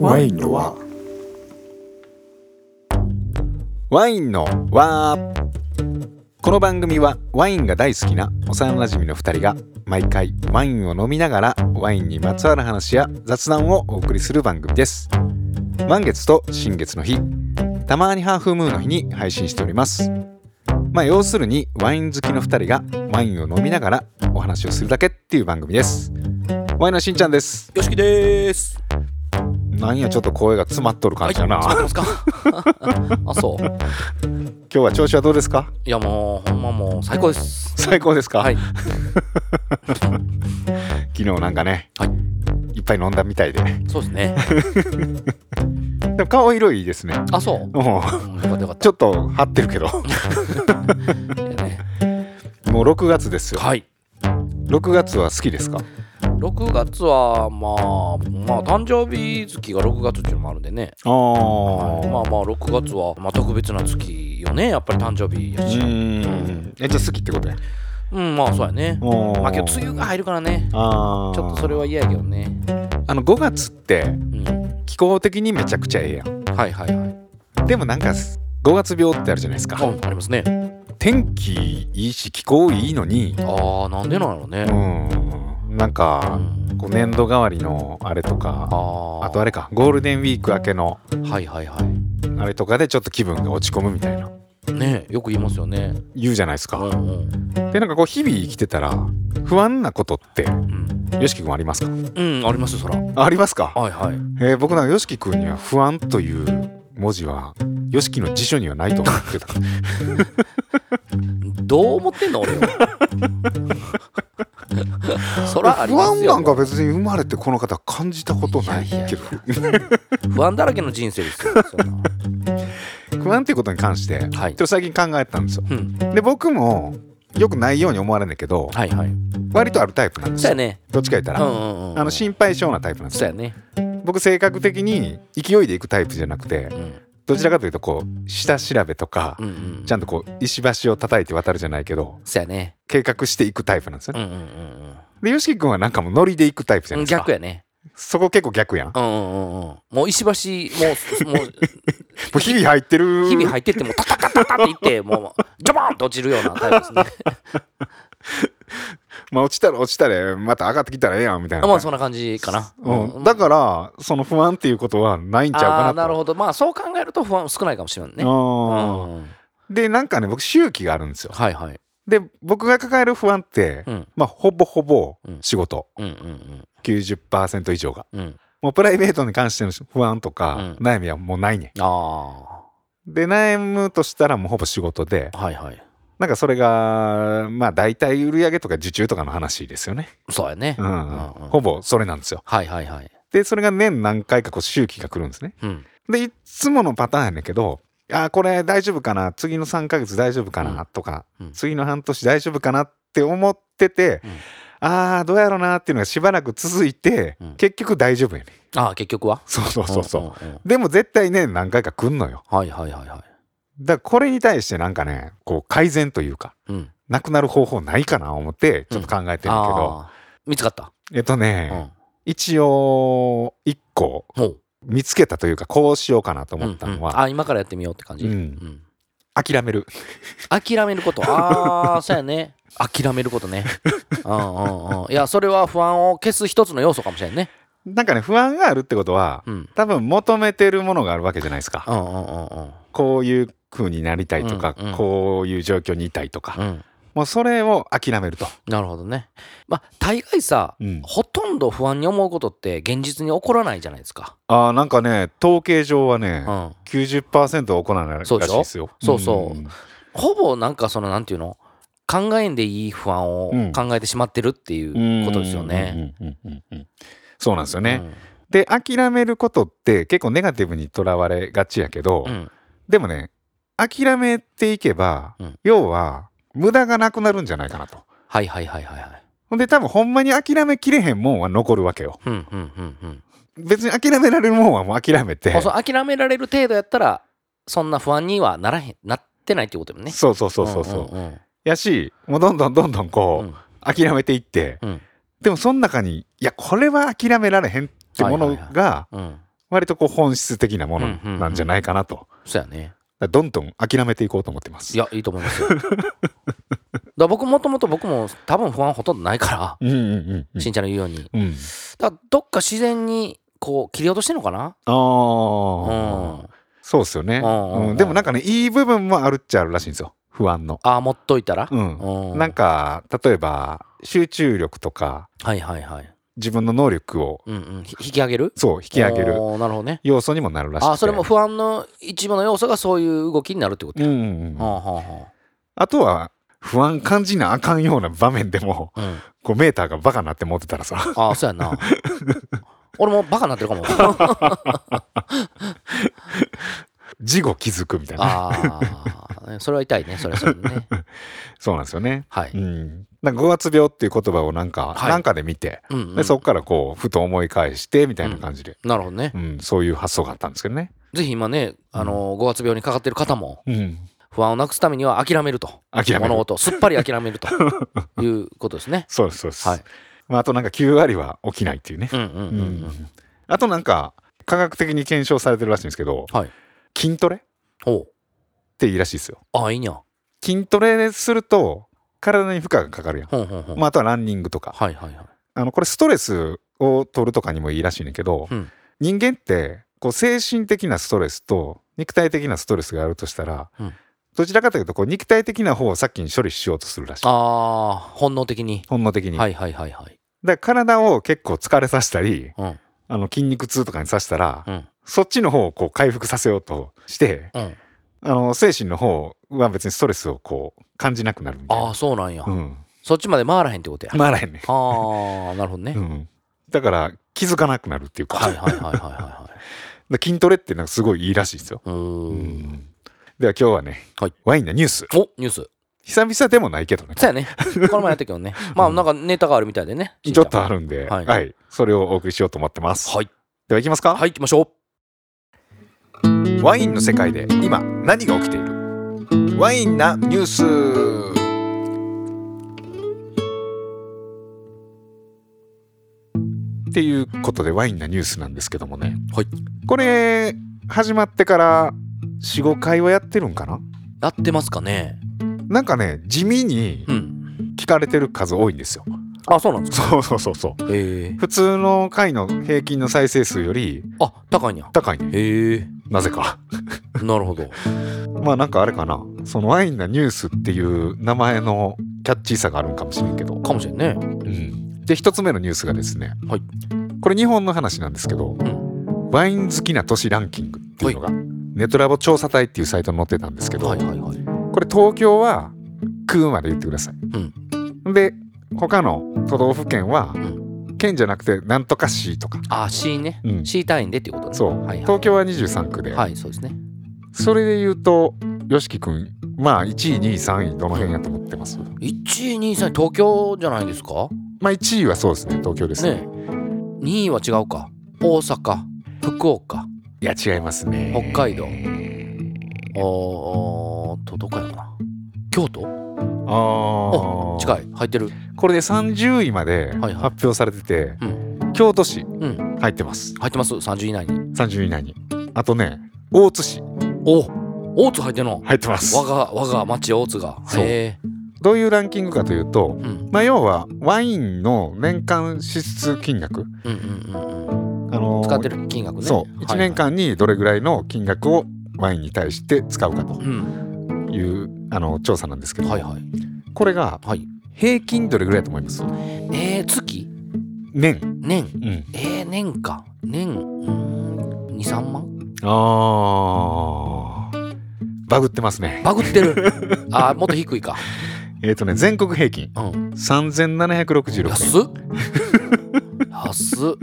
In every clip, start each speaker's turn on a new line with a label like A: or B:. A: ワインのは
B: ワインのわーこの番組はワインが大好きな幼馴染の2人が毎回ワインを飲みながらワインにまつわる話や雑談をお送りする番組です満月と新月の日たまにハーフムーンの日に配信しておりますまあ要するにワイン好きの2人がワインを飲みながらお話をするだけっていう番組ですワインのしんちゃんです
C: よしきです。
B: なんやちょっと声が詰まっとる感じだな、
C: そう
B: 今
C: なん ですか。あ、そう。
B: 日は調子はどうですか
C: いや、もう、ほんまもう、最高です。
B: 最高ですか、
C: はい。
B: 昨日なんかね、、
C: はい
B: っぱい飲んだみたいで
C: そうですね。
B: でも顔色いいですね
C: あ、 そう。
B: もう
C: うんよかったよかっ
B: ちょっと張ってるけど
C: た。いやね
B: もう6月ですよ
C: はい。
B: 6月は好きですか
C: 6月は、まあ、まあ、誕生日月が6月っていうのもあるんでね。
B: あ
C: はいまあ
B: あ
C: まあ、6月は、まあ、特別な月よね。やっぱり誕生日や
B: う
C: し。
B: んえじゃあ好きってことや
C: うん、まあ、そうやね。ま
B: ま
C: あ、今日、梅雨が入るからね。
B: あー
C: ちょっとそれは嫌やけどね。
B: あの5月って
C: うん。
B: 気候的にめちゃくちゃええやん
C: はいはいはい。
B: でもなんか5月病ってあるじゃないですか
C: あ、ありますね。
B: 天気いいし気候いいのに
C: ああ、なんでなんやろうね
B: う。んなんか
C: うん
B: こう年度代わりのあれとか
C: あ
B: あとあれかゴールデンウィーク明けの
C: れはいはいはい。
B: あれとかでちょっと気分が落ち込むみたいな
C: ねよく言いますよね。
B: 言うじゃないです
C: う
B: か。
C: んうん
B: でなんかこう日々生きてたら不安なことって
C: うん
B: よしきくんありますか
C: うん、ありますよそら。
B: あありますか、
C: はいはい。
B: えー僕なんかよしきくんには不安という文字はよしきの辞書にはないと思ってた
C: どう思ってんの俺は。 そらあり
B: 不
C: ます
B: 安
C: よ。
B: なんか別に生まれてこの方感じたことない
C: いやい
B: けど
C: 不安だらけの人生ですよ。そんな
B: 不安っていうことに関して、
C: は
B: ちょ
C: い
B: っと最近考えたんですよ
C: うん、
B: で僕もよくないように思われんねんけど
C: はいはい。
B: 割とあるタイプなんです
C: そうや
B: よ
C: ね。
B: どっちか言った
C: うん
B: ら、
C: うんうん。
B: あの心配性なタイプなんです
C: そう
B: よ
C: やね。
B: 僕性格的に勢いでいくタイプじゃなくて、
C: うん
B: どちらかというとこう下調べとか、
C: うんうん。
B: ちゃんとこう石橋を叩いて渡るじゃないけど
C: そうやね。
B: 計画していくタイプなんですよ
C: う
B: ね。
C: んうんうん
B: で YOSHIKI 君はなんかもうノリでいくタイプじゃな
C: う
B: い
C: ん。
B: ですか。
C: 逆やね。
B: そこ結構逆やん。も
C: うんうんうんうん。もう石橋もうすもう
B: う日々入ってる
C: 日々入ってってもうタタタタタっていってもうジョボンと落ちるようなタイプですね。
B: まあ落ちたら落ちたらまた上がってきたらええやんみたいな。
C: まあそんな感じかな。
B: うん、だからその不安っていうことはないんちゃう
C: あ
B: かな
C: あー
B: と。
C: なるほどまあそう考えると不安少ないかもしれないね
B: うん
C: うん
B: でなんかね僕周期があるんですよ。
C: はいはい
B: で僕が抱える不安って、
C: うん
B: まあほぼほぼ
C: うん
B: 仕事、
C: うんうん
B: 90%以上が。
C: うんうん
B: もうプライベートに関しての不安とか、
C: う
B: 悩みはもうないねん。
C: あ
B: で悩むとしたらもうほぼ仕事で
C: あはいはい
B: なんかそれがまあ大体売上とか受注とかの話ですよね、
C: そうやね
B: う
C: うんんうん
B: ほぼそれなんですよ
C: はいはいはい
B: でそれが年何回かこう周期が来るんですね
C: うん
B: でいつものパターンやねんけどあーこれ大丈夫かな次の3ヶ月大丈夫かな、
C: うん
B: とか、
C: うん
B: 次の半年大丈夫かなって思ってて、
C: うん
B: あーどうやろうなっていうのがしばらく続いて、
C: うん
B: 結局大丈夫やねん
C: ああ結局は
B: そうそうそうそう、
C: んんん
B: でも絶対ね何回か来んのよ
C: はいはいはい
B: だ
C: は
B: からこれに対してなんかねこう改善というか
C: いうん
B: なくなる方法ないかな思ってちょっと考えてるけど、
C: ああ見つかった
B: えっと
C: う
B: ね、
C: ん
B: 一応一個
C: ほう
B: 見つけたというかこうしようかなと
C: うんう
B: 思ったの
C: ん
B: は、
C: あ今からやってみようって感じ
B: うん
C: うん
B: 諦める
C: 諦めることあ あそうやね諦めることねうんうんうんいやそれは不安を消す一つの要素かもしれんね
B: なんかね不安があるってことは
C: うん
B: 多分求めてるものがあるわけじゃないですか、
C: うんうんうんうん
B: こういう風になりたいとか、
C: うんうん
B: こういう状況にいたいとか、
C: うん
B: もうそれを諦めると、
C: なるほどね。まあ大概さ、
B: うん
C: ほとんど不安に思うことって現実に起こらないじゃないですか。
B: あーなんかね統計上はね、
C: うん、
B: 90%は行わないらしいですよ
C: そうでしょそうそうんほぼなんかそのなんていうの考えんでいい不安を
B: うん
C: 考えてしまってるっていうことですよね。
B: うんうんうんうんうんそうなんですよね、
C: うん
B: で諦めることって結構ネガティブにとらわれがちやけど、
C: うん
B: でもね諦めていけば、
C: うん
B: 要は無駄がなくなるんじゃないかなと。
C: はいはいはいはいはい。
B: ほんで多分ほんまに諦めきれへんもんは残るわけよ。
C: うんうんうん
B: 別に諦められるもんはもう諦め
C: う
B: て
C: ん。あ。そう諦められる程度やったらそんな不安にはならへんなってないってことよね。
B: そうそうそうそうそう。
C: んうんうん
B: やしもうどんどんどんどんこう、
C: うん
B: 諦めていって、
C: うん
B: でもその中にいやこれは諦められへんってもの
C: はいはい
B: が
C: うん
B: 割とこう本質的なものなんじゃないかなと、
C: そうやね。
B: だからどんどん諦めていこうと思ってます
C: いや、いいと思いま すよ。だから僕もともと僕も多分不安ほとんどないか
B: うんうんうんう
C: ら、
B: ん
C: しんちゃんの言うように。
B: うん
C: だからどっか自然にこう切り落としてんのかな
B: あ
C: う
B: あ、
C: ん。
B: そうですよね、
C: うんうんうん
B: うんでもなんかねいい部分もあるっちゃあるらしいんですよ不安の
C: ああ、持っといたら
B: うん
C: うん
B: なんか例えば集中力とか
C: はいはいはい。
B: 自分の能力を
C: うんうん。ひ引き上げる
B: そう引き上げる
C: おーなるほどね。
B: 要素にもなるらしくて
C: あーそれも不安の一部の要素がそういう動きになるってこと
B: うんうんうん
C: はあは
B: あとは不安感じなあかんような場面でも
C: あはあうん
B: こうメーターがバカになって持ってたらさ
C: ああそうやんな 俺もバカになってるかもあ
B: 事後気づくみたいな
C: あそれは痛いねそれはそれでね
B: そうなんですよね。、
C: はいう
B: ん、なんか5月病っていう言葉をなんか、
C: はい
B: なんかで見て
C: うんうん
B: でそこからこうふと思い返してみたいな感じで、
C: なるほどね
B: うんそういう発想があったんですけどね。
C: ぜひ今ね、あのー、5月病にかかってる方も
B: うん、
C: 不安をなくすためには諦めると
B: 諦める
C: 物事をすっぱり諦めるということで すね
B: そうですそうです、
C: はい
B: まあ、あとなんか9割は起きないっていうね。
C: うんうんうん、うん
B: うんあとなんか科学的に検証されてるらしいんですけど、
C: はい
B: 筋トレっ
C: おう
B: ていいらしいですよ。
C: ああいいにゃ
B: 筋トレすると体に負荷がかかるやん。
C: ほんほんほん、
B: まあ、あとはランニングとか
C: はいはいはい
B: あのこれストレスを取るとかにもいいらしいねんだけど、
C: うん
B: 人間ってこう精神的なストレスと肉体的なストレスがあるとしたら、
C: うん
B: どちらかというとこう肉体的な方を先に処理しようとするらしい
C: ああ本能的に
B: 本能的に、
C: はいはいはいはい
B: だから体を結構疲れさせたり
C: うん
B: あの筋肉痛とかにさせたら、
C: うん
B: そっちの方をこう回復させようとして
C: うん
B: あの精神の方は別にストレスをこう感じなくなるみたい
C: あ
B: な
C: あそうなんや、
B: うん
C: そっちまで回らへんってことや、
B: まああらへんね、
C: ああなるほどね、
B: うん、だから気づかなくなるっていうか、
C: はいはいはいはいは
B: で筋トレってなんかすごいいいらしいですよ。
C: いはいうーん
B: では今日はね、
C: はい
B: ワインのニュース
C: おニュース
B: 久々でもないけどね
C: そうやねこの前やったけ どねまあなんかネタがあるみたいでね
B: ちょっとあるんで、は、
C: はいい
B: それをお送りしようと思ってます。
C: はい
B: では行きますか、
C: はい行きましょ
B: ワインの世界で今何が起きているワインなニュースっていうことでワインなニュースなんですけどもね、
C: はい、
B: これ始まってから45回はやってるんかな
C: うやってますかね
B: なんかね地味に
C: うん
B: 聞かれてる数多いんですよ。
C: あそうなんですか
B: そうそうそうそう。
C: ええ
B: 普通の回の平均の再生数より
C: あ高いんや
B: 高いね。
C: ええ
B: なぜか。
C: なるほど
B: まあなんかあれかな。そのワインなニュースっていう名前のキャッチーさがあるんかもしれんけど。
C: かもしれんね
B: うん。で、一つ目のニュースがですね。
C: はい
B: これ日本の話なんですけど、
C: ん
B: ワイン好きな都市ランキングっていうのが、ネトラボ調査隊っていうサイトに載ってたんですけど、
C: はいはいはい
B: これ東京は空まで言ってください。で、他の都道府県は、県じゃなくてなんとか市とか。
C: あ C ね
B: うん
C: C 単位でっていうことね
B: そう、
C: はいはい
B: 東京は23区で、
C: はいそうですね
B: それで言うと、よしきくん、まあ1位、2位、3位、どの辺やと思ってます
C: 1位2位3位東京じゃないですか
B: まあ1位はそうですね、東京ですね。
C: ね2位は違うか大阪福岡
B: いや、違いますね。
C: 北海道おーっとどこやかな京都
B: ああ。
C: 近
B: い。
C: い入ってる
B: これで30位まで
C: はいはい
B: 発表されてて、
C: う
B: 京都市
C: うん
B: 入ってます。
C: 入ってます30以内に
B: 30位以内に。あとね、大津市
C: お大津入ってんの
B: 入ってます。
C: 我が我が町大津が
B: そう
C: へえ
B: どういうランキングかというと、
C: うん
B: まあ要はワインの年間支出金額、
C: うんうんうんうん
B: あのー
C: 使ってる金額ね
B: そう1年、間にどれぐらいの金額をワインに対して使うかと
C: はいはいうん
B: いうあの調査なんですけど、
C: はいはい
B: これが
C: はい
B: 平均どれぐらいだと思います
C: えー、月
B: 年、
C: 年
B: うん、
C: えー、年か年23万
B: あーバグってますね
C: バグってるあーもっと低いか
B: えっ、とね全国平均
C: うん
B: 3766円
C: 安っ安っ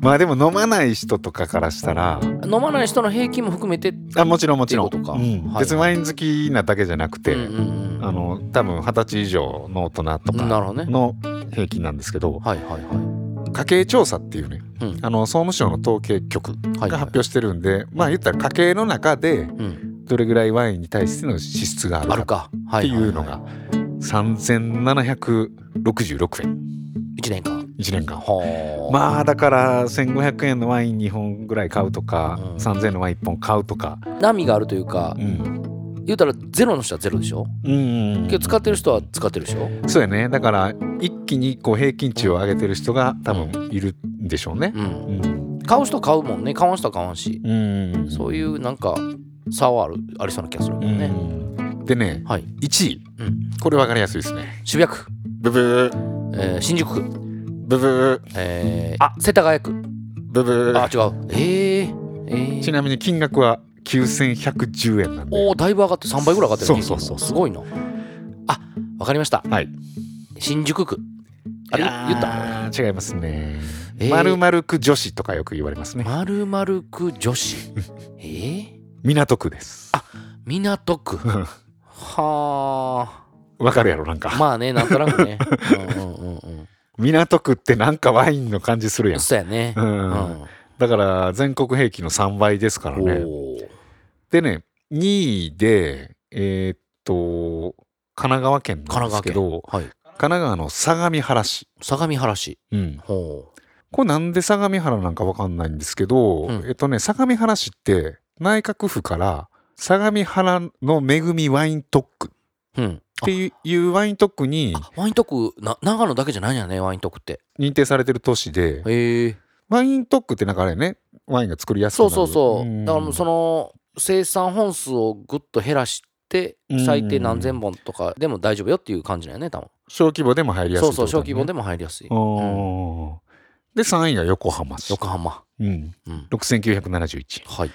B: まあでも飲まない人とかからしたら
C: 飲まない人の平均も含めて
B: あもちろんもちろん
C: っていうことか
B: うん
C: はい
B: 別にワイン好きなだけじゃなくて、
C: うんうんうん
B: あの多分二十歳以上の大人と
C: な
B: か
C: るほどね
B: の平均なんですけど、
C: はいはいは
B: 家計調査っていうね、
C: うん
B: あの総務省の統計局
C: いは
B: が
C: いはい
B: 発表してるんで、まあ言ったら家計の中で
C: うん、
B: どれぐらいワインに対しての支出があ
C: あ
B: る
C: る
B: か
C: か、は
B: って
C: い
B: い
C: はは
B: うのが3766円
C: 1年間
B: 1年間
C: はあ
B: まあだから1500円のワイン2本ぐらい買うとか、
C: うん
B: 3000円のワイン1本買うとか、
C: 波があるというか
B: うん
C: 言うたらゼロの人はゼロでしょ
B: うん
C: けど使ってる人は使ってるでしょ
B: そうやねだから一気にこう平均値を上げてる人が多分いるんでしょうね。
C: うん
B: うん
C: 買う人買うもんね買わん人は買わんし
B: うん
C: そういうなんか差はあるありそうな気がするもんね
B: うんでね
C: はい
B: 1位、
C: うん
B: これ分かりやすいですね。
C: 渋谷区
B: ブブー
C: えー新宿区
B: ブブー
C: えーあ世田谷区
B: ブブー
C: あ違うえーえー
B: ちなみに金額は9110円なんで
C: おおだいぶ上がって3倍ぐらい上がってるね
B: そうそうそう
C: すごいなあわかりました
B: はい
C: 新宿区あれ
B: いやー
C: 言った
B: 違いますね
C: えー
B: まるまる区女子とかよく言われますね
C: まるまる区 女子えー、
B: 港区です
C: 港区は
B: わかるやろなん
C: あ
B: か
C: まあねなんとな くねうんうんうんうん
B: 港区ってなんかワインの感じするやん
C: そうやね
B: う
C: うん
B: んだから全国平均の3倍ですからね
C: おー
B: でね2位でえーっと神奈川県なんですけど
C: はい
B: 神奈川の相模原市、
C: 相模原市
B: うん、
C: ほ
B: これなんで相模原なんかわかんないんですけど、
C: うん
B: えっとね相模原市って内閣府から相模原の恵みワイン特区
C: ううん
B: っ
C: あ
B: ていういうワイン特区に
C: あワイントックな長野だけじゃないんやねワイントックって
B: 認定されてる都市で
C: へえ
B: ワイン特区ってなんかあれねワインが作りやすくな
C: そう
B: る
C: そうそう、
B: ん
C: だからもうその生産本数をぐっと減らして
B: うん
C: 最低何千本とかでも大丈夫よっていう感じだよね多分
B: 小規模でも入りやすい
C: そうそう小規模で
B: も
C: も入りやすい、うん
B: で3位が横浜市、
C: 横浜
B: うん、
C: うん
B: 6971っ
C: はい、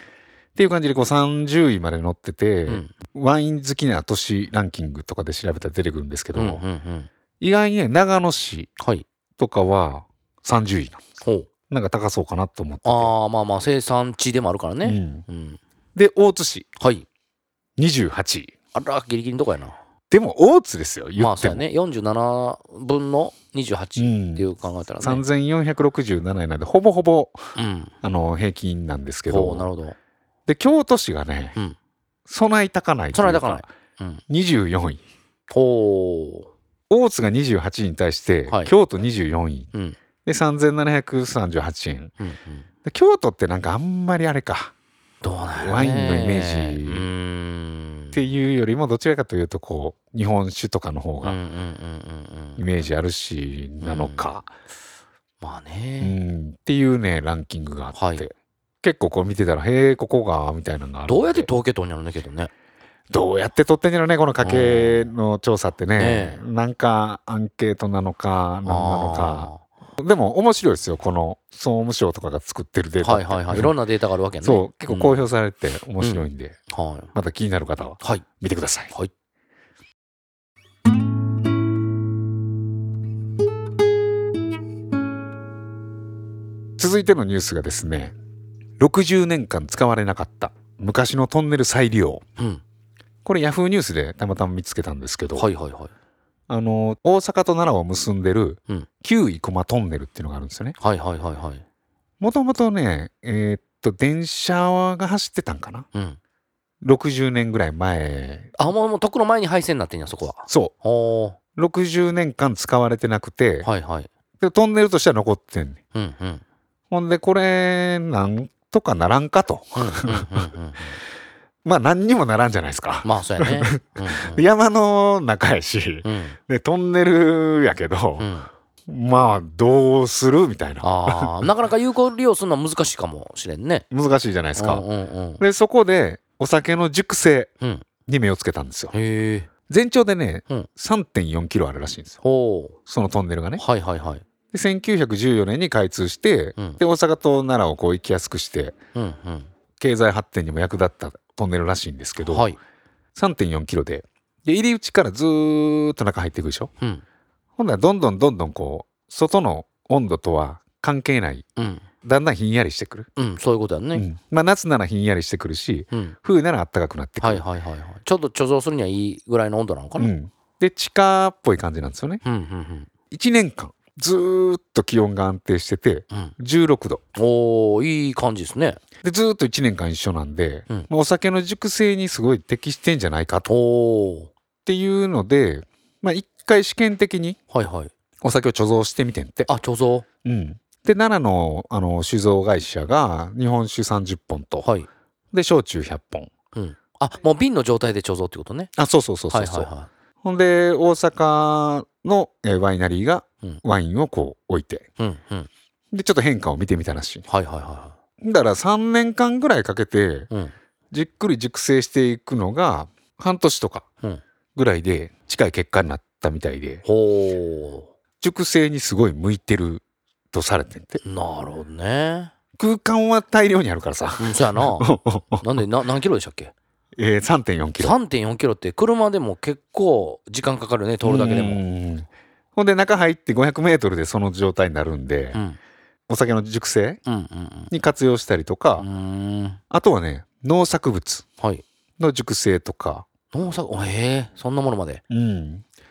B: ていう感じでこう30位まで乗ってて、
C: うん
B: ワイン好きな都市ランキングとかで調べたら出てくるんですけ
C: う
B: ど、
C: んうんうん
B: 意外にね長野市
C: はい
B: とかは30位なんです
C: ほう
B: なんか高そうかなと思ってて
C: ああまあまあ生産地でもあるから
B: う
C: ね、
B: ん
C: うん
B: で大津市
C: はい
B: 28位
C: あらギリギリのとこやな
B: でも大津ですよ言っても、
C: まあそうやね47分の
B: うん
C: 28っていう考えたらね、うん
B: 3467位なんでほぼほぼ
C: うん、
B: あの平均なんですけ
C: ほうな
B: ど
C: るほど
B: で京都市がね、
C: うん
B: 備え高ないという
C: そ
B: か
C: れだからない、うん、
B: 24位
C: ほ
B: 大津が28位に対して、
C: はい
B: 京都24位
C: ううん
B: で3738円
C: うんうん
B: で京都ってなんかあんまりあれか
C: どうなんやろね
B: ワインのイメージ
C: うーん
B: っていうよりもどちらかというとこう日本酒とかの方
C: うんうん
B: が
C: うんうん
B: イ
C: うん
B: メージあるしなのか、
C: まあ
B: うん
C: ね、
B: っていうねランキングがあって、
C: はい
B: 結構こう見てたらへえここがみたいなのがあるんで
C: どうやって統計取んやろねけどね
B: どうやって取ってんじゃろねこの家計の調査ってね
C: ね、
B: なんかアンケートなのか何なのか
C: あ
B: でも面白いですよこの総務省とかが作ってるデー
C: ー
B: タっ
C: は
B: て
C: いはいはいいろんなデータがあるわけね
B: そう結構公表されて面白いんで、
C: うんはい
B: また気になる方は
C: はい
B: 見てください
C: はい
B: 続いてのニュースがですね60年間使われなかった昔のトンネル再利用
C: うん
B: これヤフーニュースでたまたま見つけたんですけど、
C: はいはいはい
B: あの大阪と奈良を結んでる
C: うん
B: 旧生駒トンネルっていうのがあるんですよね
C: はいはいはいはい
B: もともとねえーっと電車が走ってたんかな
C: うん
B: 60年ぐらい前
C: あもうもうとっくの前に廃線になってんやそこは
B: そ
C: ほ
B: う60年間使われてなくて、
C: うはいはい
B: でトンネルとしては残ってんねん
C: うんうんうん
B: ほんでこれなんとかならんかと
C: うんうんうん
B: まあ何にもならんじゃないですか、
C: まあそうやねうん うん
B: 山の中やし
C: うん
B: でトンネルやけど
C: う、ん
B: まあどうするみたいな
C: あーなかなか有効利用するのは難しいかもしれんね
B: 難しいじゃないですか、
C: うんうんうん
B: でそこでお酒の熟成
C: うん
B: に目をつけたんですよ
C: へえ
B: 全長でね、
C: うん
B: 3.4キロあるらしいんですよ
C: ほう
B: そのトンネルがね
C: はいはいはい
B: で1914年に開通して、
C: うん
B: で大阪と奈良をこう行きやすくして
C: うんうん
B: 経済発展にも役立ったトンネルらしいんですけど、
C: はい。
B: 3.4キロでで入り口からずーっと中入っていくでしょ
C: うん。
B: ほんならどんどんどんどんこう外の温度とは関係ない
C: うん。
B: だんだんひんやりしてくる、
C: うん。そういうことや
B: う
C: ね。
B: んまあ夏ならひんやりしてくるし
C: うん。
B: 冬ならあったかくなってくる、
C: はいはいはいはい。ちょっと貯蔵するにはいいぐらいの温度なのか
B: う
C: な。うん。
B: ん、で地下っぽい感じなんですよね
C: うんうん
B: 1年間ずーっと気温が安定してて
C: うん。うん。
B: 16度
C: おー、いい感じですね。
B: でずーっと1年間一緒なんで、
C: うん
B: まあお酒の熟成にすごい適してんじゃないかとっ
C: おー。
B: ていうので、まあ、1回試験的に
C: はいはい。
B: お酒を貯蔵してみてんって。
C: あ、貯蔵。
B: うん、で奈良のあの酒造会社が日本酒30本と、
C: はい。
B: で焼酎100本
C: うん。あ、もう瓶の状態で貯蔵ってことね。
B: あそうそうそうそうそう、
C: はいはいは
B: ほんで大阪のえーワイナリーが
C: うん
B: ワインをこう置いて
C: い。うんうん。
B: でちょっと変化を見てみたらしい
C: はいはいは
B: だから3年間ぐらいかけて
C: いはい。うん。
B: じっくり熟成していくのが半年とか
C: うん
B: ぐらいで近い結果になったみたいで
C: ほ
B: 熟成にすごい向いてるとされてんて
C: う。なるほどね。
B: 空間は大量にあるからさ
C: うん、そう やな。なんで、な、何キロでしたっけ
B: えー、3.4キロ
C: ?3.4 キロって車でも結構時間かかるね、通るだけで
B: う
C: も。
B: んほんで中入って500メートルでその状態になるんで、
C: うん。
B: お酒の熟成
C: うんうん
B: に活用したりとか、
C: うん。うーん。
B: あとはね農作物
C: はい。
B: の熟成とか、
C: 農作、おへえ、そんなものまで。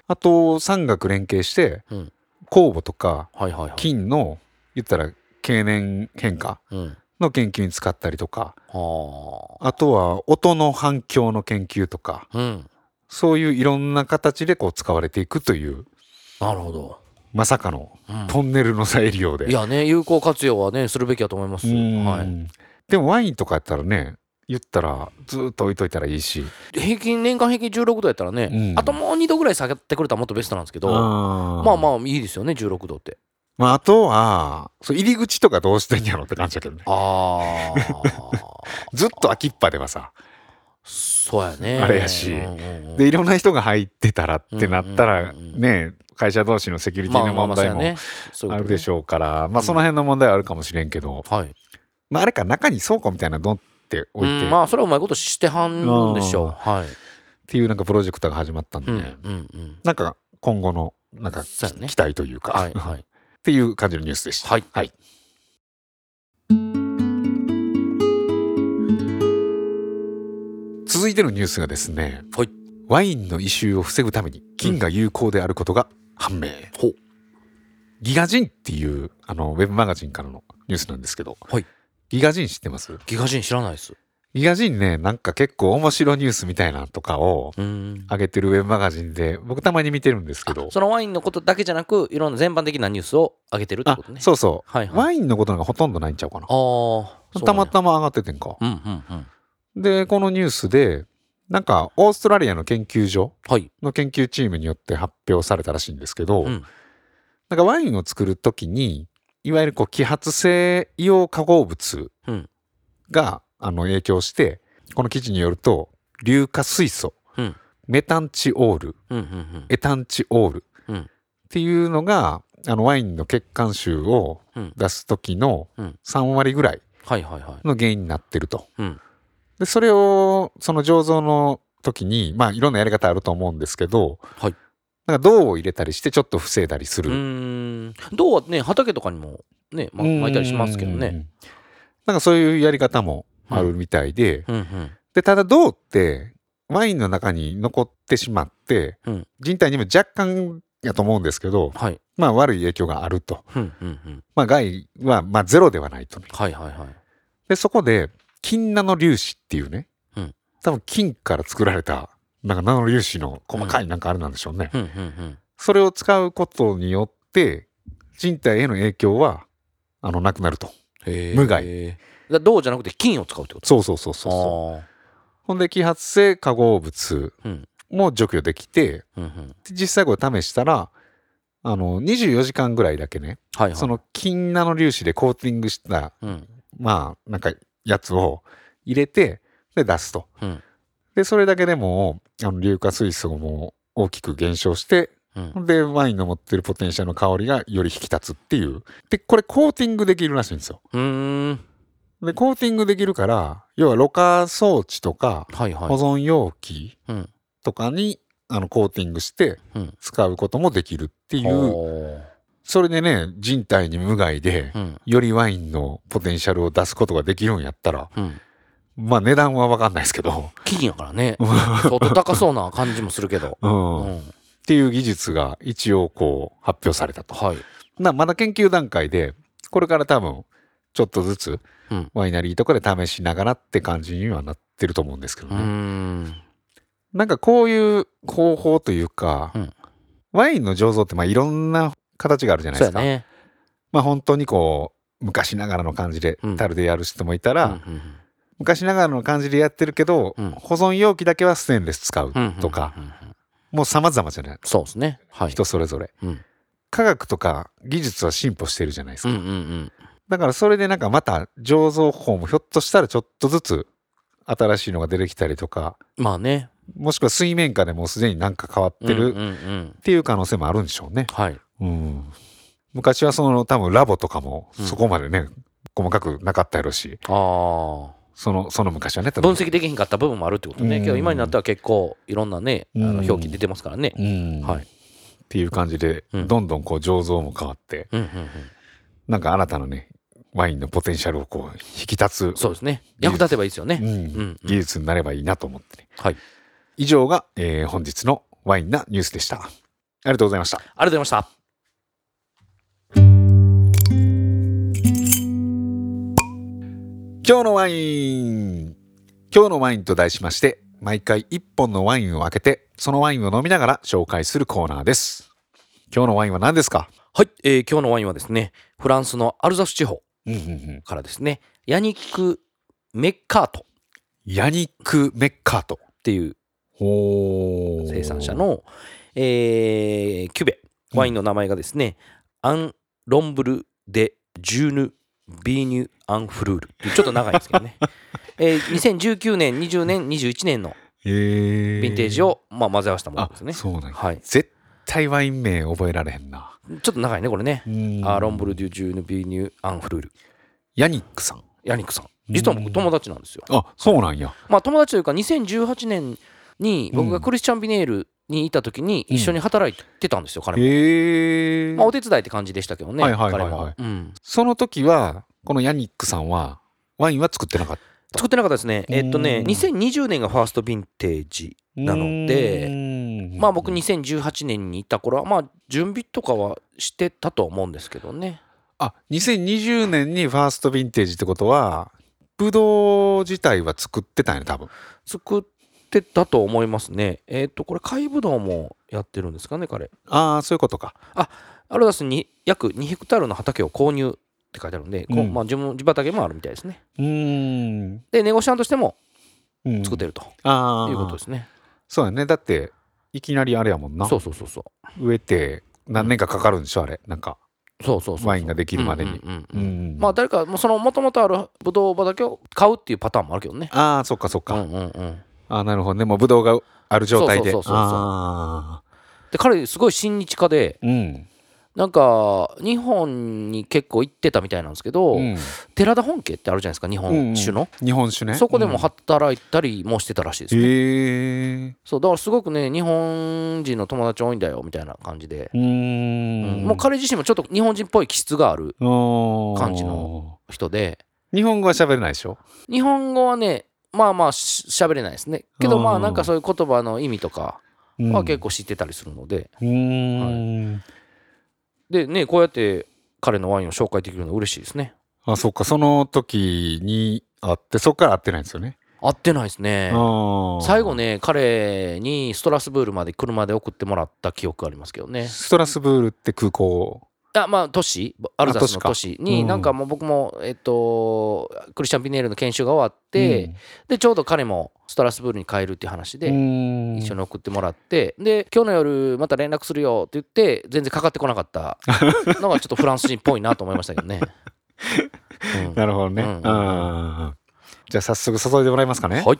B: あと産学連携して、
C: うん
B: 酵母とか
C: はいはいはい。
B: 菌の言ったら経年変化
C: うん。
B: の研究に使ったりとか
C: は
B: あとは音の反響の研究とか
C: あ。うん。
B: そういういろんな形でこう使われていくという
C: なるほど。
B: まさかの
C: うん
B: トンネルの再利用で
C: いやね、有効活用はね、するべきだと思います。
B: うん
C: はい。
B: でもワインとかやったらね言ったらずーっと置いといたらいいし
C: 平均、年間平均16度やったらね、
B: うん
C: あともう2度ぐらい下げてくれたらもっとベストなんですけど、ま
B: ま
C: あまあいいですよね、16度って。
B: まああとはそう入り口とかどうしてんやろって感じだけどね
C: ああ。
B: ずっと空きっぱではさ
C: そうやね。
B: あれやし
C: うんうんうん
B: でいろんな人が入ってたらってなったら
C: うんうんうんうん
B: ね会社同士のセキュリティの問題もあるでし
C: ょ
B: ょうからまあその辺の問題はあるかもしれんけど
C: うやね。はい。
B: まああれか中に倉庫みたいなのドンって置いて
C: うん
B: っ
C: まあそれはうまいことしてはんでしょう。はい。
B: ていうなんかプロジェクトが始まったん
C: う
B: で
C: んう
B: ね
C: んうん。
B: なんか今後のなんか
C: そうやね
B: 期待というか
C: は い
B: っ
C: はい。
B: ていう感じのニュースでした。
C: はい。
B: はい。続いてのニュースがですね、
C: はい
B: ワインの異臭を防ぐために菌が有効であることが判明、
C: ほう
B: ギガジンっていうあのウェブマガジンからのニュースなんですけど、
C: はい
B: ギガジン知ってます
C: ギガ人知らないです。
B: ギガジンねなんか結構面白いニュースみたいなのとかを
C: うん。
B: 上げてるウェブマガジンで僕たまに見てるんですけ
C: あ
B: ど
C: そのワインのことだけじゃなく、いろんな全般的なニュースを上げてるって
B: あ
C: ことね。
B: そうそ
C: はいは
B: う
C: い。あ
B: ワインのことなんかほとんどないんちゃうかな
C: あー。
B: たま
C: ま。
B: たま上がっててんか
C: うんうんうん。
B: でこのニュースでなんかオーストラリアの研究所
C: はい。
B: の研究チームによって発表されたらしいんですけど、
C: うん
B: なんかワインを作る時にいわゆるこう揮発性硫黄化合物
C: うん
B: が、あの影響してこの記事によると硫化水素、
C: うん
B: メタンチオール
C: うんうんうん。
B: エタンチオール、
C: うん
B: っていうのがあのワインの欠陥臭を
C: うん
B: 出す時の
C: うん
B: 3割ぐらい
C: はいはいはい。
B: の原因になってると。
C: うん
B: でそれをその醸造の時にまあいろんなやり方あると思うんですけど、
C: はい
B: なんか銅を入れたりしてちょっと防いだりす
C: う
B: る。
C: ーん。銅はね、畑とかにもね、ま巻いたりしますけど
B: うんうんう
C: ね。
B: ん。なんかそういうやり方もあるみたいで、
C: うんうん。
B: でただ銅ってワインの中に残ってしまって、
C: うん
B: 人体にも若干やと思うんですけど、
C: はい。
B: まあ、悪い影響があると、
C: うんうんうん。
B: まあ、害はまあゼロではないとね、
C: はいはいはい。
B: でそこで金ナノ粒子っていうね、
C: うん
B: 多分金から作られたなんかナノ粒子の細かいなんかあれなんでしょうね、
C: うんうんうん。
B: それを使うことによって人体への影響はあのなくなると
C: へー
B: 無害。
C: だから銅じゃなくて金を使うってこと
B: そうそうそうそうそう
C: そ
B: ほんで揮発性化合物
C: うん
B: も除去できて、
C: うんうん。
B: で実際これ試したらあの24時間ぐらいだけね
C: はいはい。
B: その金ナノ粒子でコーティングした
C: うん。
B: まあなんかやつを入れてで出すと
C: うん。
B: でそれだけでもあの硫化水素も大きく減少して
C: うん。
B: でワインの持ってるポテンシャルの香りがより引き立つっていうでこれコーティングできるらしいんですよ
C: うーん。
B: でコーティングできるから要はろ過装置とか
C: はいは
B: 保
C: い。
B: 存容器
C: うん。
B: とかにあのコーティングして
C: うん。
B: 使うこともできるっていう
C: ほ
B: それでね人体に無害で
C: ううん。
B: よりワインのポテンシャルを出すことができるんやったら
C: うん。
B: まあ値段は分かんないですけど、
C: 金やからね。相当高そうな感じもするけど。
B: う
C: うん
B: っ
C: ん。
B: ていう技術が一応こう発表されたと。
C: はい。
B: なまだ研究段階でこれから多分ちょっとずつ
C: うん
B: ワイナリーとかで試しながらって感じにはなってると思うんですけど
C: うー
B: ね、
C: ん。
B: なんかこういう方法というか、
C: うん
B: ワインの醸造ってまあいろんな形があるじゃない
C: そ
B: で
C: う
B: す
C: や
B: か、
C: ね。
B: まあ本当にこう昔ながらの感じで
C: うん
B: 樽でやる人もいたら、
C: うんうん
B: 昔ながらの感じでやってるけど、
C: うん
B: 保存容器だけはステンレス使う
C: うんうん
B: とか、
C: うんうん
B: もう様々じゃない
C: そうですね。はい。
B: 人それぞれ
C: うん
B: 科学とか技術は進歩してるじゃないです
C: う
B: か、
C: んうんうん。
B: だからそれでなんかまた醸造法もひょっとしたらちょっとずつ新しいのが出てきたりとか
C: まあね。
B: もしくは水面下でもうすでになんか変わって
C: うん
B: る
C: うんうん
B: っていう可能性もあるんでしょうね。
C: はい。
B: うん、昔はその多分ラボとかも
C: うん
B: そこまでね、細かくなかったやろうし
C: あ
B: そのその昔はね多
C: あ。分
B: 分
C: 析できひんかった部分もあるってことね。
B: うん
C: けど今になっては結構いろんなね、あの
B: うん
C: 表記出てますからね。
B: うん
C: はい
B: っていう感じで、
C: うん
B: どんどんこう醸造も変わって
C: うんうんうん。
B: なんか新たなねワインのポテンシャルをこう引き立つ
C: そうですね。役立てばいいですよ
B: う
C: ね。
B: ん
C: うんうん
B: 技術になればいいなと思って、ね、
C: はい。
B: 以上が、えー本日のワインなニュースでしたありがとうございました
C: ありがとうございました。
B: 今日のワイン今日のワインと題しまして毎回1本のワインを開けてそのワインを飲みながら紹介するコーナーです今日のワインは何ですか
C: はい、えー今日のワインはですね、フランスのアルザス地方
B: うんうんうん
C: からですね、ヤニック・メッカートっ
B: ヤニック・メッカート
C: ていう
B: ほー
C: 生産者の、えーキュベ
B: うん
C: ワインの名前がですね、アン・ロンブル・デ・ジューヌ・ビーニュ・アン・フルールっていうちょっと長いんです けどね、えー2019年20年21年の
B: へー
C: ヴィンテージを、まあ、混ぜ合わせたもの
B: あ
C: ですねちょ
B: そうなんや
C: はい
B: 絶対ワイン名覚えられへんな
C: っと長いねこれね、アーロンブル・デュ・ジューヌ・ビーニュ・アン・フルール
B: ヤニックさん
C: ヤニックさん実は
B: う
C: 僕
B: ん
C: 友達なんですよ
B: あそうなんや
C: まあ友達というか2018年に僕
B: う
C: が
B: ん
C: クリスチャン・ビネールにいた時に一緒に働いてたんですよ、彼も、
B: へえ
C: まあ、お手伝いって感じでしたけどね、
B: はいはいはいはい
C: 彼も、うん、
B: その時はこのヤニックさんはワインは作ってなかった
C: 作ってなかったですねえっとね
B: うん
C: 2020年がファーストヴィンテージなのでまあ僕2018年に行った頃はまあ準備とかはしてたと思うんですけどね
B: あ2020年にファーストヴィンテージってことはブドウ自体は作ってたんやね多分
C: 作ってたと思いますねえっとこれ海ぶどうもやってるんですかね彼
B: ああそういうことか
C: アルダスに約2ヘクタールの畑を購入って書いてあるんで、こう
B: うん
C: まあ、自分地畑もあるみたいですね
B: うーん
C: でネゴシャンとしても
B: うん
C: 作ってると
B: ああ
C: いうことですね、
B: そうやねだっていきなりあれやもんな
C: そうそうそうそう
B: 植えて何年かかかるんでしょあれなんか
C: そうそうそう
B: ワインができるまでに
C: うん
B: う
C: うんう
B: ん
C: うん
B: ん
C: まあ誰かもうそのもともとあるブドウ畑を買うっていうパターンもあるけどね
B: ああそっかそっ
C: うん
B: か
C: うんうん
B: あーなるほどねもうブドウがある状態で
C: そうそうそうそう
B: あ
C: で彼すごい親日家で
B: ーうん
C: なんか日本に結構行ってたみたいなんですけど、
B: うん
C: 寺田本家ってあるじゃないですか日本酒の、
B: 日本酒ね
C: そこでも
B: は
C: 働いたりもしてたらしいですね、
B: へえ
C: そうだからすごくね日本人の友達多いんだよみたいな感じで、
B: うーん
C: もう彼自身もちょっと日本人っぽい気質がある
B: 感
C: 感じの人で
B: 日本語は喋れないでしょ
C: 日本語はねまあまあししゃべれないですねけど
B: うん
C: まあなんかそういう言葉の意味とかは結構知ってたりするので、
B: うーん
C: でねこうやって彼のワインを紹介できるの嬉しいですね
B: あそっかその時に会ってそっから会ってないんですよね
C: 合ってないですね最後
B: ね
C: ね彼にストラスブールまで車で送ってもらった記憶がありますけどね
B: ストラスブールって空港
C: あまあ都市アルザスの
B: あ
C: 都
B: 都
C: 市
B: う
C: に
B: ん
C: なんかもう僕もえっとクリスチャン・ピネールの研修が終わって、でちょうど彼もストラスブールに帰るっていう話で、一
B: 緒
C: 緒に送ってもらってで今日の夜また連絡するよって言って全然かかってこなかったのがちょっとフランス人っぽいなと思いましたけどね。う ん
B: なるほどね
C: うん
B: うんじゃあ早速注いでもらえますかね
C: はい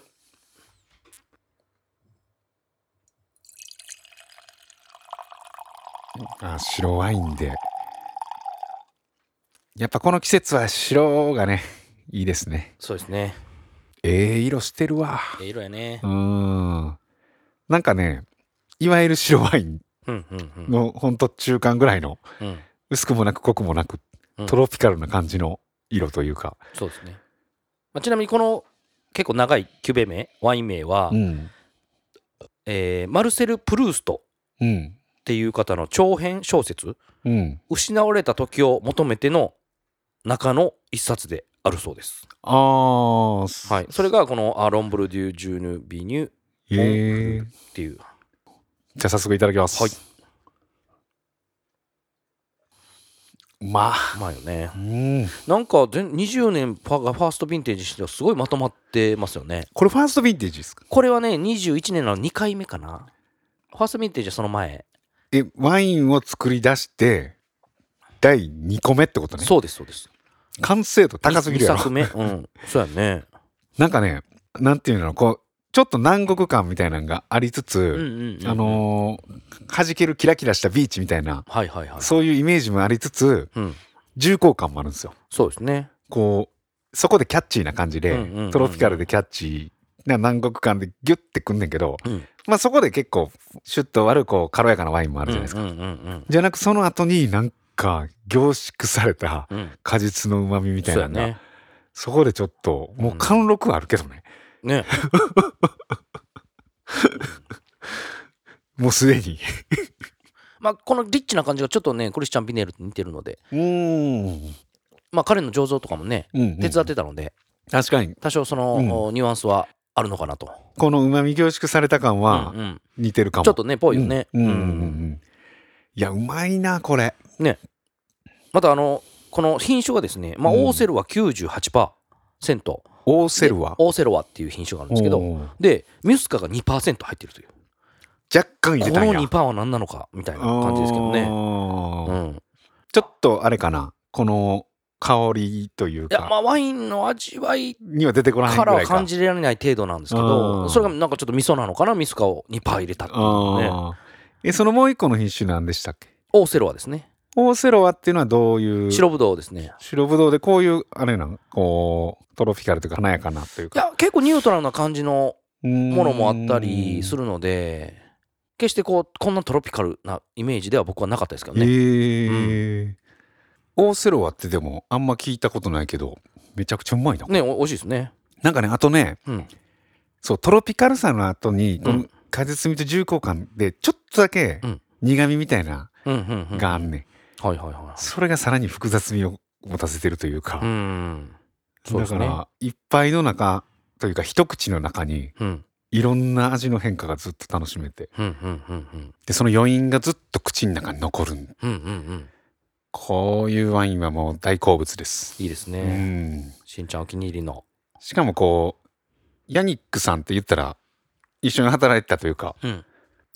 B: あ白ワインでやっぱこの季節は白がねいいですね
C: そうですね。
B: ええ色してるわ
C: ええ色やね
B: う。ーんなんかねいわゆる白ワイン
C: うんうんうん
B: のほんと中間ぐらいの
C: うん。
B: 薄くもなく濃くもなく
C: うん
B: トロピカルな感じの色というか、
C: そうですね。まあ、ちなみにこの結構長いキュベ名ワイン名は、
B: うん
C: えーマルセル・プルースト
B: うん
C: っていう方の長編小説
B: うん、
C: 「失われた時を求めて」の中の一冊であるそうです。
B: あー
C: はい、それがこの「アロンブル・デュ・ジューヌ・ビニュ」っ
B: へえ
C: ていう
B: じゃあ早速いただきます
C: はい
B: まあ
C: うまいよね
B: うん
C: なんか全20年パがファーストヴィンテージしてはすごいまとまってますよね
B: これファーストヴィンテージですか
C: これはね21年の2回目かなファーストヴィンテージはその前
B: えワインを作り出して第2個目ってことね
C: そうですそうです
B: 完成度高すぎるや
C: 2
B: ろ
C: 作目うんそうやね
B: なんかねなんていうのこうちょっと南国感みたいなのがありつ
C: うんう
B: つ、
C: ん、うん、
B: あのー、弾けるキラキラしたビーチみたいな
C: はいはいはい
B: そういうイメージもありつつ
C: うん、
B: 重厚感もあるんですよ
C: そうですね
B: こうそこでキャッチーな感じで、
C: うんうんうんうん
B: トロピカルでキャッチーな南国感でギュッてくんねんけど、
C: うん
B: まあ、そこで結構シュッと悪こう軽やかなワインもあるじゃないですか、
C: うんうんうん
B: じゃなくその後になんか凝縮された
C: うんうん
B: 果実の旨味みたい
C: そう
B: な
C: や
B: のがそ,、
C: ね
B: こでちょっともう貫禄はあるけどね、
C: ね
B: もうすでに
C: まあこのリッチな感じがちょっとねクリスチャン・ビネールと似てるので
B: うん、
C: まあ彼の醸造とかもね
B: うん
C: 手伝ってたので、
B: 確かに
C: 多少その、
B: うん
C: おニュアンスはあるのかなと、
B: この旨味凝縮された感は
C: うんうん
B: 似てるかも、
C: ちょっとねぽいよね、
B: うんうんうんう
C: うん
B: んいやうまいなこれ
C: またあのこの品種がですね、まあ、
B: うん
C: オーセロは98%、
B: オーセルは
C: オーセロはっていう品種があるんですけど
B: おー
C: でミュスカが2%入ってるという
B: 若干入
C: こ
B: れたん
C: の
B: や
C: 2%は何なのかみたいな感じですけどね、
B: あ
C: う
B: ー
C: ん、
B: ちょっとあれかなこの香りという
C: いやま
B: か
C: あワインの味わい
B: には出てこないぐ
C: から
B: ら
C: はい
B: か
C: 感じられない程度なんですけ
B: う
C: ど
B: ん
C: それがなんかちょっと味噌なのかなミスカを2%入れたっていうのね
B: あーえそのもう一個の品種なんでしたっけ
C: オーセロはですね
B: オーセロアっていうのはどういう
C: 白ぶどうですね
B: 白ぶどうでこういうあれなんこうトロピカルというか華やかなという
C: い
B: か
C: や結構ニュートラルな感じのも
B: も
C: のもあったりするので決してこうこんなトロピカルなイメージでは僕はなかったですけど
B: ね
C: ね、
B: えーオーセロアってでもあんま聞いたことないけどめちゃくちゃうまいな、
C: ねお美味しいですね
B: なんかねあとね
C: うん
B: そうトロピカルさの後にこ
C: う
B: の
C: ん
B: 果実味と重厚感でちょっとだけ
C: うん
B: 苦味みたいな
C: うんうんうん
B: があんねん、
C: はいはいは
B: それがさらに複雑味を持たせてるというか、
C: いうんそうで
B: だ
C: す
B: か
C: ね
B: らいっぱいの中というか一口の中に
C: うん
B: いろんな味の変化がずっと楽しめて
C: うんうんうんうん
B: でその余韻がずっと口の中に残るん
C: うんうんうん
B: こういうワインはもう大好物です、
C: いいです
B: う
C: ね、
B: ん
C: しんちゃんお気に入りの
B: しかもこうヤニックさんって言ったら一緒に働いてたというか
C: うん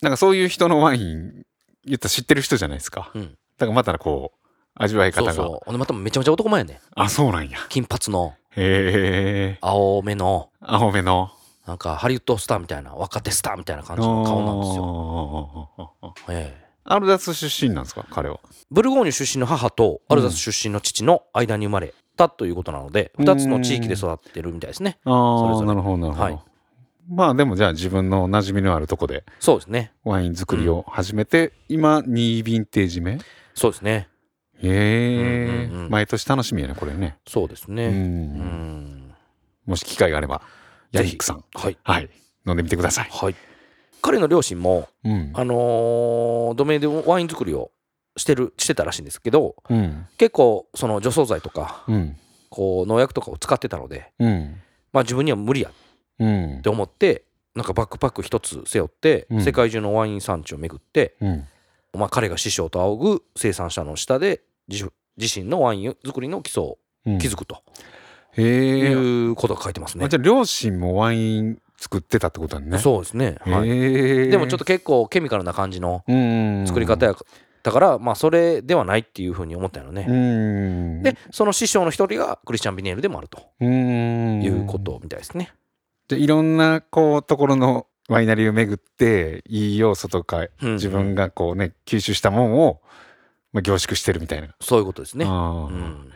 B: なんかそういう人のワイン言ったら知ってる人じゃないですか
C: うん
B: だからまたこう味わい方
C: そ
B: が
C: うそうほんでまためちゃめちゃ男前やね
B: あそうなんや
C: 金髪の
B: へえ
C: 青目の
B: 青めの
C: なんかハリウッドスターみたいな若手スターみたいな感じの顔なんですよ、
B: よ
C: ええ
B: アルダス出身なんですか彼は
C: ブルゴーニュ出身の母とアルザス出身の父の間に生まれたということなので、
B: うん
C: 2つの地域で育ってるみたいですね。
B: あ
C: れ
B: あ
C: ぞれ
B: なるほどなるほど、
C: はい
B: まあでもじゃあ自分の馴染みのあるとこで
C: そうですね。
B: ワイン作りを始めて、今2ヴィンテージ目へ
C: そうですね。
B: え、
C: うんうんうん
B: 毎年楽しみやねこれね
C: そうです
B: う、
C: ね。うんん。
B: もし機会があればヤ
C: ぜ
B: ニ
C: ひ
B: ックさん
C: はい。
B: はい飲んでみてください、
C: はい。彼の両親も、
B: うん
C: あのー、土名でワイン作りをしてる、してたらしいんですけど、
B: うん
C: 結構、その除草剤とか、
B: うん
C: こう、農薬とかを使ってたので、
B: うん
C: まあ自分には無理やっ
B: うん
C: て思って、なんかバックパック一つ背負って、
B: うん
C: 世界中のワイン産地を巡って、
B: うん
C: まあ、彼が師匠と仰ぐ生産者の下で自主自身のワイン作りの基礎を
B: うん
C: 築くと
B: へ
C: い
B: え、
C: うことが書いてますね。
B: あじゃあ両親もワイン作ってたってことだね
C: そうですね、はい
B: へえ
C: でもちょっと結構ケミカルな感じの
B: うん
C: 作り方やだから、まあ、それではないっていうふうに思ったよ
B: う
C: ね。
B: ん
C: でその師匠の一人がクリスチャン・ビネールでもあると
B: うん
C: いうことみたいですね。
B: でいろんなこうところのワイナリーを巡っていい要素とか
C: うん
B: 自分がこうね吸収したもんを、まあ、凝縮してるみたいな。
C: そういうことですね。
B: あー
C: うん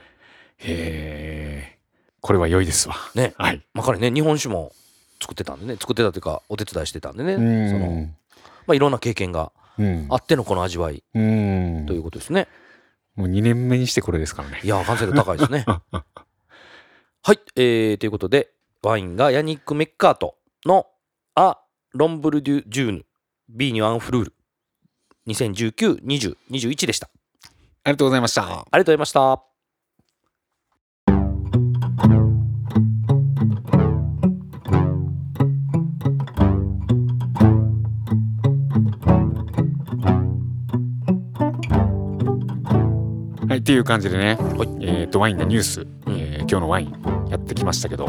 B: へえこれは良いですわ。
C: ね
B: はい。
C: まあ、彼ね日本酒も作ってたんでね作ってたというかお手伝いしてたんでね
B: う
C: その、
B: ん。
C: まあ、いろんな経験が
B: うん
C: あ。ってのこの味わい
B: うん
C: ということですね。
B: もう2年目にしてこれですからね
C: い。やー、完成度高いですね。はい、えー、ということで、ワインがヤニック・メッカートのア・ロンブル・デュ・ジューヌ、ビーニュ・アン・フルール、2019、20、21でした。
B: ありがとうございました。
C: ありがとうございました。
B: はい。っていう感じでね、
C: はい
B: えー、とワインのニュース、えー今日のワインやってきましたけど、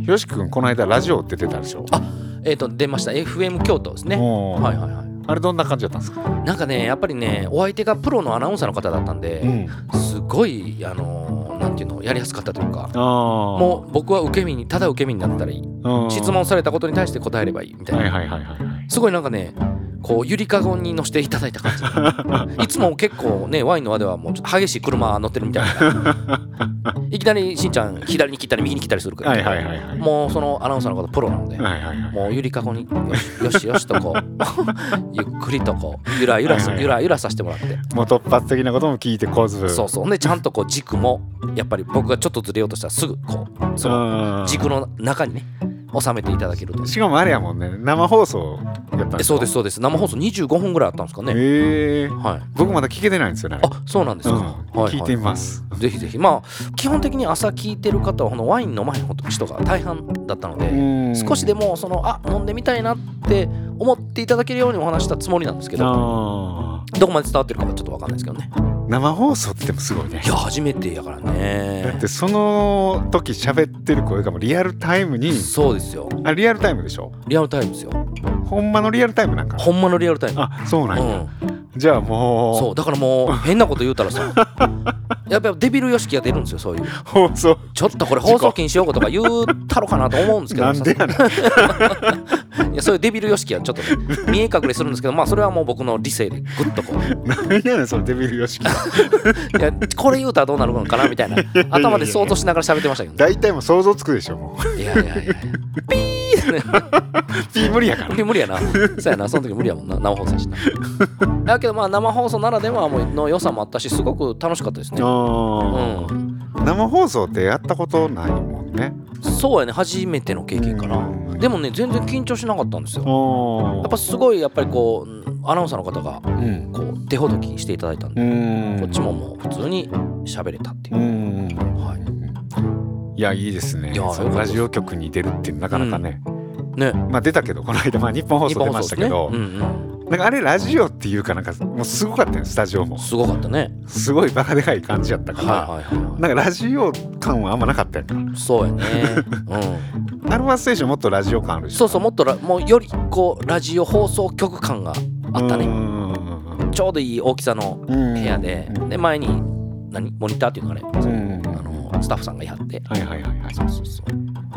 B: ひろしきくんこの間ラジオ出てたでしょ
C: あえっ、と出ました FM 京都ですね
B: もう
C: はいはいはい
B: あれどんな感じだったんですか、
C: なんかねやっぱりねお相手がプロのアナウンサーの方だったんで、
B: うん、
C: すごいあのーなんていうのやりやすかったというか
B: あも
C: もう僕は受け身にただ受け身になったらいい質問されたことに対して答えればいいみたいな、
B: はいはいはいはいはい
C: すごいなんかねこうゆりかごに乗せていただいた感 じいつも結構ねワインの輪ではもうちょっと激しい車乗ってるみたいな いきなりしんちゃん左に切ったり右に切ったりするから、
B: はいはいはいはい
C: もうそのアナウンサーの方プロなので、
B: はいはいはい
C: もうゆりかごによしよしよしとこう ゆっくりとこうゆらゆらす
B: はいはい
C: ゆらゆらさせてもらって
B: もう突発的なことも聞いてこず
C: そうそうほんでちゃんとこう軸もやっぱり僕がちょっとずれようとしたらすぐこうその
B: の
C: 軸の中にね収めていただけると
B: しかもあれやもんね生放送やったん
C: え
B: で
C: そうですすそうです生放送25分ぐらいあったんですか
B: か
C: ね、
B: へえー、
C: はい
B: 僕まだ聞けてないんですよねあれ
C: あそうなんですか、
B: うん
C: はい
B: 聞いてみます
C: ぜひぜひまあ基本的に朝聞いてる方はこのワイン飲まへん人が大半だったので
B: うん
C: 少しでもそのあ飲んでみたいなって思っていただけるようにお話したつもりなんですけど
B: あ
C: どこまで伝わってるかはちょっと分かんないですけどね
B: ー生放送ってでもすごい ね
C: いや初めてやから
B: だっ
C: ね
B: てその時喋ってる声がもうリアルタイムに
C: そうですよ
B: あリアルタイムでしょ
C: リアルタイムですよ
B: ほんまのリアルタイムなんか
C: ほんまのリアルタイム
B: あそうなんや、
C: うん、
B: じゃあもう
C: そうだからもう変なこと言うたらさやっぱりデビル様式が出るんですよそういう
B: 放送
C: ちょっとこれ放送禁止用語とか言うたろかなと思うんですけど
B: なんでやねん
C: いやそういうデビル様式はちょっとね見え隠れするんですけどまあそれはもう僕の理性でグッとこう
B: なんやねんそのデビル様式
C: いやこれ言うたらどうなるのかなみたいな頭で想像しながら喋ってましたけどね
B: 大体もう想像つくでしょもう
C: いやいやいやピー
B: ピー無理やから
C: 無理やなそうやなその時無理やもんな生放送やしなだけどまあ生放送ならではの良さもあったしすごく楽しかったですね
B: あ
C: う
B: ー
C: ん
B: 生放送ってやったことないもんね
C: そうやね初めての経験かな
B: うん
C: でもね全然緊張しなかったんですよ
B: や
C: やっぱすごいやっぱりこううんアナウンサーの方が
B: うん
C: こう手ほどきしていただいたんで
B: うん
C: こっちももう普通に喋れたっていうう、
B: ん
C: はい
B: いやいいですね
C: いや
B: そのラジオ局に出るってなかなかね、
C: ね
B: まあ出たけどこの間まあ日本放
C: 日
B: 送出
C: 本放
B: ま
C: 送
B: した
C: で
B: け
C: すね
B: ど、
C: うん
B: なんかあれラジオっていうかなんかもうすごかったよスタジオ
C: う
B: も
C: ん、すごかったね。
B: すごいバカでかい感じやったから、
C: はいはいは
B: なんかラジオ感はあんまなかったやんか
C: い。そう やね。うん。
B: アルファステーションもっとラジオ感あるし
C: そうそう、もっとラもうよりこうラジオ放送局感があったね。
B: ね
C: ちょうどいい大きさの部屋で、で前に何モニターっていうのが
B: う
C: ね、
B: ん
C: あのスタッフさんがやって。
B: はいはいはいはい
C: そうそうそ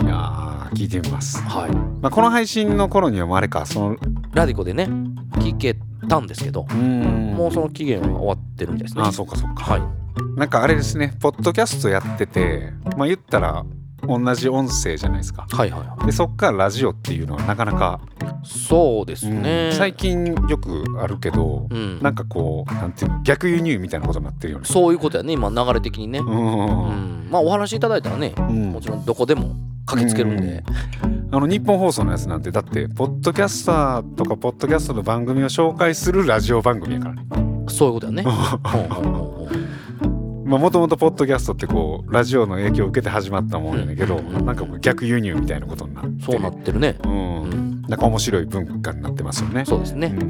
C: う。
B: いやー聞いてみます、
C: はい。
B: まあ、この配信の頃にはもうあれかその
C: ラディコでね聞けたんですけど、も
B: も
C: うその期限は終わってるみたいですね。
B: あそうかそうか
C: はい。
B: なんかあれですねポッドキャストやっててまあ言ったら同じ音声じゃないですか
C: はいはいは
B: でそっからラジオっていうのはなかなか、
C: い。そうですね。
B: 最。近よくあるけど、
C: うん。
B: なんかこうなんていうの逆輸入みたいなことになってるよね
C: そういうことやね今流れ的にね。
B: うん
C: うん。まあお話いただいたらね。
B: うん
C: もちろんどこでも駆けつけるんで、
B: あの日本放送のやつなんてだってポッドキャスターとかポッドキャストの番組を紹介するラジオ番組やからね
C: そういうことだね。うんうんうんうん
B: まあもともとポッドキャストってこうラジオの影響を受けて始まったもんやねんけど、
C: うん
B: なんかもう逆輸入みたいなことになってね
C: そうなってるね。
B: う、
C: うんん、
B: なんか面白い文化になってますよね。
C: そうですね。
B: うん
C: う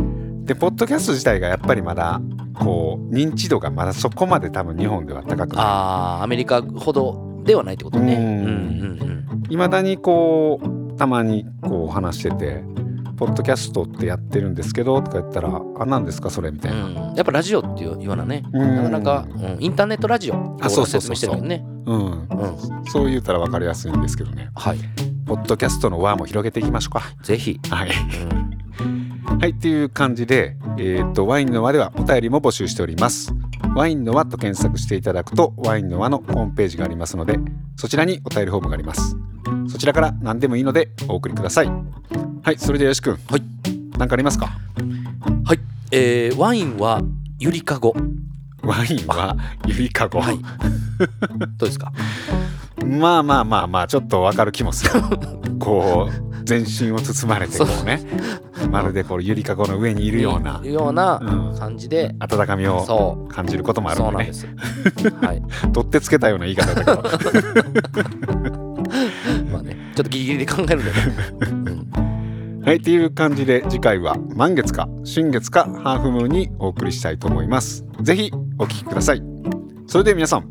C: ん、
B: でポッドキャスト自体がやっぱりまだこう認知度がまだそこまで多分日本では高くな
C: ああ、アメリカほどではないってことね。
B: う
C: うんんうん
B: いまだにこうたまにこう話してて「ポッドキャストってやってるんですけど」とか言ったら「あ何ですかそれ」みた
C: う
B: いな。
C: ん。うん、やっぱラジオっていうようなね、
B: うん
C: なかなか、うん、インターネットラジオって
B: あそうそう
C: 説
B: そうそう
C: 明してるもんね。
B: うん、
C: うん、
B: そう言うたら分かりやすいんですけどね。
C: はい、
B: ポッドキャストの輪も広げていきましょうか。
C: ぜひ。
B: はい、
C: うん、
B: はい、っていう感じで、えー、とワインの輪ではお便りも募集しております。ワインの輪と検索していただくとワインの輪のホームページがありますのでそちらにお便りフォームがあります。そちらから何でもいいのでお送りください。はい、それではよし君。
C: はい。
B: 何かありますか
C: はい、えー、ワインはゆりかご。
B: ワインはゆりかご。
C: はい。どうで すか。
B: まあまあまあまあちょっとわかる気もす る。こう全身を包まれてこうねまるでこうゆりかごの上にい
C: い
B: るような
C: るような
B: うん
C: 感じで。
B: 温かみを
C: そ
B: 感じることも
C: う。
B: ある
C: そう
B: の
C: なん
B: で
C: で
B: ね
C: す。はい。
B: 取ってつけたような言い方だけど。
C: まあね、ちょっとギリギリで考えるんだけど、うん
B: はい、っていう感じで次回は満月か新月かハーフムーンにお送りしたいと思います。ぜひお聞きください。それでは皆さん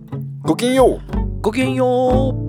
B: ごきげんよう
C: ごきげんよう